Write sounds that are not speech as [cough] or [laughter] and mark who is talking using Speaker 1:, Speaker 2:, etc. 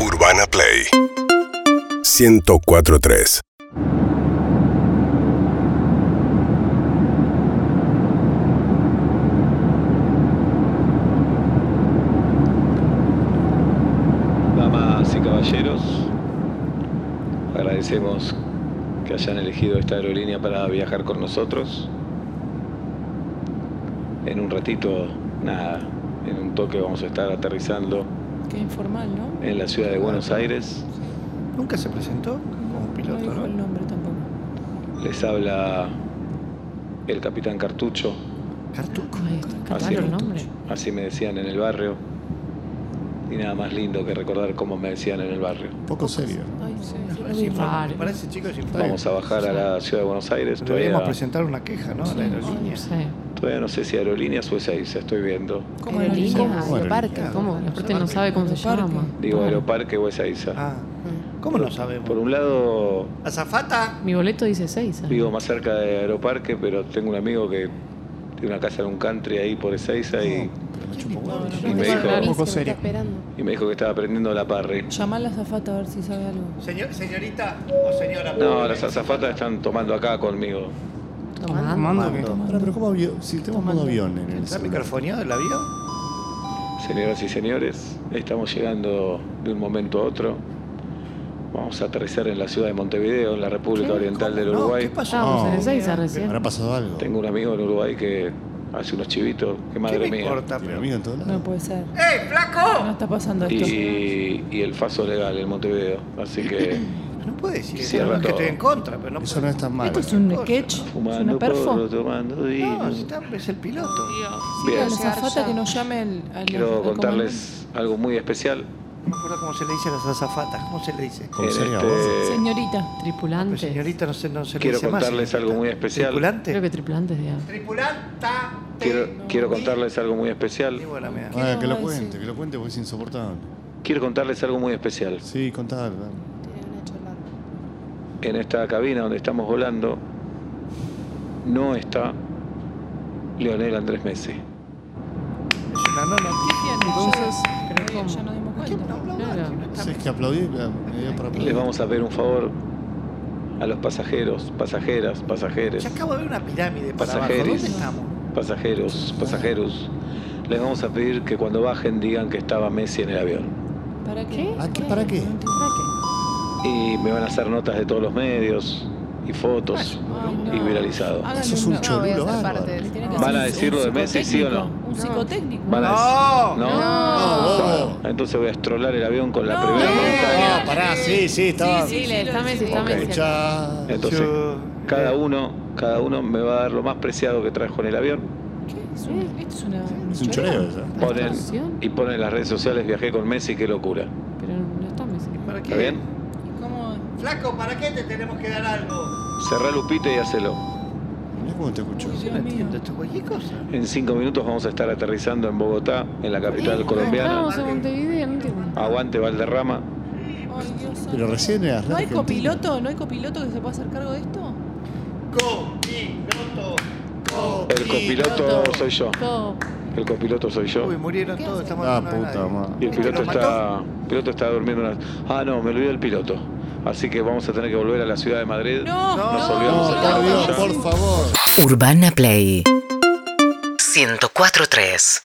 Speaker 1: Urbana Play 1043
Speaker 2: Damas y caballeros, agradecemos que hayan elegido esta aerolínea para viajar con nosotros. En un ratito, nada, en un toque vamos a estar aterrizando
Speaker 3: Qué informal, ¿no?
Speaker 2: en la ciudad de Buenos Aires.
Speaker 4: Nunca se presentó como
Speaker 3: no
Speaker 4: piloto,
Speaker 3: dijo el
Speaker 4: ¿no?
Speaker 3: nombre tampoco.
Speaker 2: Les habla el capitán Cartucho,
Speaker 4: Cartuco.
Speaker 5: Ahí está, qué
Speaker 2: Así
Speaker 5: raro el
Speaker 2: es.
Speaker 5: nombre.
Speaker 2: así me decían en el barrio. Y nada más lindo que recordar cómo me decían en el barrio.
Speaker 6: Poco serio.
Speaker 3: Ay, sí, sí, lo
Speaker 4: Es
Speaker 3: vi.
Speaker 5: informal.
Speaker 4: informal. Para ese chico es informal.
Speaker 2: Vamos a bajar a la ciudad de Buenos Aires.
Speaker 4: Deberíamos
Speaker 2: Todavía,
Speaker 4: presentar una queja, ¿no? A la aerolínea.
Speaker 5: No sé.
Speaker 2: todavía no sé si aerolíneas o SAIS, estoy viendo.
Speaker 3: Como
Speaker 5: Aerolínea,
Speaker 3: aerolínea.
Speaker 6: ¿Cómo?
Speaker 5: aeroparque.
Speaker 4: Aerolínea.
Speaker 5: ¿Cómo? Aparte no sabe cómo se
Speaker 3: Aeroparque.
Speaker 5: llama.
Speaker 2: Digo
Speaker 5: Ah,
Speaker 2: Aeroparque o Ezeiza.
Speaker 4: Ah, ¿cómo no sabemos?
Speaker 2: Por un lado,
Speaker 4: ¿Azafata?
Speaker 5: Mi boleto dice ¿eh? 6.
Speaker 2: vivo más cerca de Aeroparque, pero tengo un amigo que tiene una casa en un country ahí por Ezeiza y,
Speaker 4: Oh.
Speaker 6: Pero me chupa un huevo.
Speaker 2: y me dijo,
Speaker 6: Poco serio.
Speaker 2: y me dijo que estaba aprendiendo la parry.
Speaker 3: Llamá a la azafata a ver si sabe algo.
Speaker 4: Señor- ¿Señorita o señora?
Speaker 2: No, las azafatas están tomando acá conmigo.
Speaker 5: Tomando.
Speaker 4: Mando.
Speaker 6: Ahora, pero ¿cómo avión? Si tenemos modo avión en el
Speaker 4: ¿Está
Speaker 6: celular.
Speaker 4: microfoneado el avión?
Speaker 2: Señoras y señores, estamos llegando de un momento a otro. Vamos a aterrizar en la ciudad de Montevideo, en la República
Speaker 5: ¿Qué?
Speaker 2: Oriental del
Speaker 4: No,
Speaker 2: Uruguay.
Speaker 4: ¿qué pasó?
Speaker 5: Estábamos en
Speaker 6: No.
Speaker 5: Ezeiza ¿eh? recién.
Speaker 6: ¿Habrá pasado algo?
Speaker 2: Tengo un amigo en Uruguay que hace unos chivitos, que
Speaker 4: ¿Qué
Speaker 2: madre
Speaker 4: me
Speaker 2: mía.
Speaker 4: importa?
Speaker 6: ¿Tiene
Speaker 4: pero-
Speaker 6: amigos en todos lados?
Speaker 3: No puede ser.
Speaker 4: ¡Eh,
Speaker 3: No
Speaker 4: flaco!
Speaker 3: está pasando esto.
Speaker 2: Y, y el faso legal en Montevideo. Así
Speaker 3: [clears throat]
Speaker 2: que
Speaker 4: No puede decir eso.
Speaker 2: Cierra
Speaker 4: No es que
Speaker 2: todo.
Speaker 4: estoy en contra, pero no
Speaker 6: Eso
Speaker 4: puede.
Speaker 6: no es tan malo.
Speaker 3: Esto es un
Speaker 4: Cosa,
Speaker 3: sketch, es
Speaker 2: fumando
Speaker 3: una
Speaker 2: porro,
Speaker 3: perfo.
Speaker 2: tomando vino.
Speaker 4: No, si está, es el piloto.
Speaker 3: Sí, a la
Speaker 2: Bien.
Speaker 3: azafata que nos llame el, al-
Speaker 2: Quiero
Speaker 3: al
Speaker 2: contarles algo muy especial.
Speaker 4: No me acuerdo cómo se le dice a las azafatas. ¿Cómo se le dice?
Speaker 6: Con
Speaker 2: En
Speaker 6: serio,
Speaker 2: este-
Speaker 6: vos.
Speaker 3: comandante. Señorita.
Speaker 4: Pero
Speaker 5: Tripulantes.
Speaker 4: señorita, no se, no se le
Speaker 2: Quiero
Speaker 4: dice más,
Speaker 2: contarles
Speaker 4: señorita.
Speaker 2: algo muy especial.
Speaker 4: ¿Tripulante?
Speaker 5: Creo que tripulantes de
Speaker 4: Tripulanta.
Speaker 2: Quiero, quiero contarles algo muy especial.
Speaker 6: Ah, que
Speaker 3: Ay,
Speaker 6: lo
Speaker 3: sí.
Speaker 6: cuente, que lo cuente porque es insoportable.
Speaker 2: Quiero contarles algo muy especial.
Speaker 6: Sí, contalo. dale.
Speaker 2: En esta cabina donde estamos volando no está Leonel Andrés Messi.
Speaker 4: Es una no noticia.
Speaker 5: Entonces, pero
Speaker 3: Ay, Ya
Speaker 5: ¿cómo?
Speaker 3: nos dimos
Speaker 4: ¿Qué? No
Speaker 3: cuenta.
Speaker 4: aplaudan,
Speaker 5: Claro.
Speaker 4: si no está-
Speaker 6: Si es que aplaudí, me dio para aplaudir.
Speaker 2: Les vamos a pedir un favor a los pasajeros, pasajeras, pasajeres,
Speaker 4: Yo acabo de ver una pirámide para abajo. ¿Dónde
Speaker 2: pasajeres,
Speaker 4: estamos?
Speaker 2: pasajeros, pasajeros. Les vamos a pedir que cuando bajen digan que estaba Messi en el avión.
Speaker 3: ¿Para qué?
Speaker 6: ¿A qué- para qué?
Speaker 3: No entiendo. ¿Para
Speaker 2: Y me van a hacer notas de todos los medios y fotos
Speaker 3: Ay,
Speaker 2: y
Speaker 3: no.
Speaker 2: viralizado.
Speaker 3: Háganle
Speaker 6: Eso es un
Speaker 3: una-
Speaker 7: No, voy
Speaker 6: chorulo,
Speaker 7: a ser
Speaker 6: bárbaro.
Speaker 7: parte de-
Speaker 3: Le tiene que
Speaker 2: ¿Van
Speaker 3: hacer
Speaker 2: a
Speaker 3: un-
Speaker 2: decir lo
Speaker 3: un
Speaker 2: de Messi, Ah, sí o no?
Speaker 3: psicotécnico, Un psicotécnico.
Speaker 2: Van a
Speaker 4: No,
Speaker 2: decir-
Speaker 6: no.
Speaker 2: Bueno, entonces voy a estrolar el avión con la primera
Speaker 6: Ah,
Speaker 2: montaña.
Speaker 6: pará, sí, sí, estaba.
Speaker 5: Sí, le- está Messi, está
Speaker 2: Ok.
Speaker 5: Messi.
Speaker 6: Escuchá.
Speaker 2: Entonces, cada uno, cada uno me va a dar lo más preciado que trajo en el avión.
Speaker 3: ¿Qué? Es un- Esto es una.
Speaker 6: Es un choreo eso.
Speaker 2: Ponen,
Speaker 5: ¿Actuación?
Speaker 2: y ponen en las redes sociales viajé con Messi, qué locura.
Speaker 5: Pero no está Messi.
Speaker 4: ¿Para
Speaker 2: ¿Está bien?
Speaker 3: ¿Cómo?
Speaker 4: Flaco, ¿para qué te tenemos que dar algo?
Speaker 2: Cerrá Lupita y hacelo.
Speaker 6: Mirá cómo te escucho.
Speaker 3: Uy,
Speaker 4: Yo
Speaker 3: Dios
Speaker 4: no
Speaker 3: mío.
Speaker 4: entiendo esto, cualquier cosa.
Speaker 2: En cinco minutos vamos a estar aterrizando en Bogotá, en la capital colombiana.
Speaker 5: Estábamos en Montevideo, no entiendo.
Speaker 2: Aguante Valderrama.
Speaker 3: Ay, Dios santo.
Speaker 6: Pero recién era
Speaker 3: ¿No hay
Speaker 6: argentino.
Speaker 3: copiloto? ¿No hay copiloto que se pueda hacer cargo de esto?
Speaker 4: Copiloto.
Speaker 2: El copiloto soy yo.
Speaker 5: Todo.
Speaker 2: El copiloto soy yo.
Speaker 4: Uy, murieron todos, estamos
Speaker 6: Ah,
Speaker 4: hablando de
Speaker 6: puta
Speaker 4: nadie.
Speaker 6: madre.
Speaker 2: Y el piloto
Speaker 4: ¿Lo mató?
Speaker 2: está, el piloto está durmiendo. Una... Ah, no, me olvidé el piloto. Así que vamos a tener que volver a la ciudad de Madrid.
Speaker 3: No,
Speaker 2: Nos
Speaker 4: no,
Speaker 2: olvidamos
Speaker 6: No,
Speaker 2: el
Speaker 6: por
Speaker 2: piloto
Speaker 6: Dios,
Speaker 2: ya.
Speaker 6: por favor.
Speaker 7: Urbana Play 1043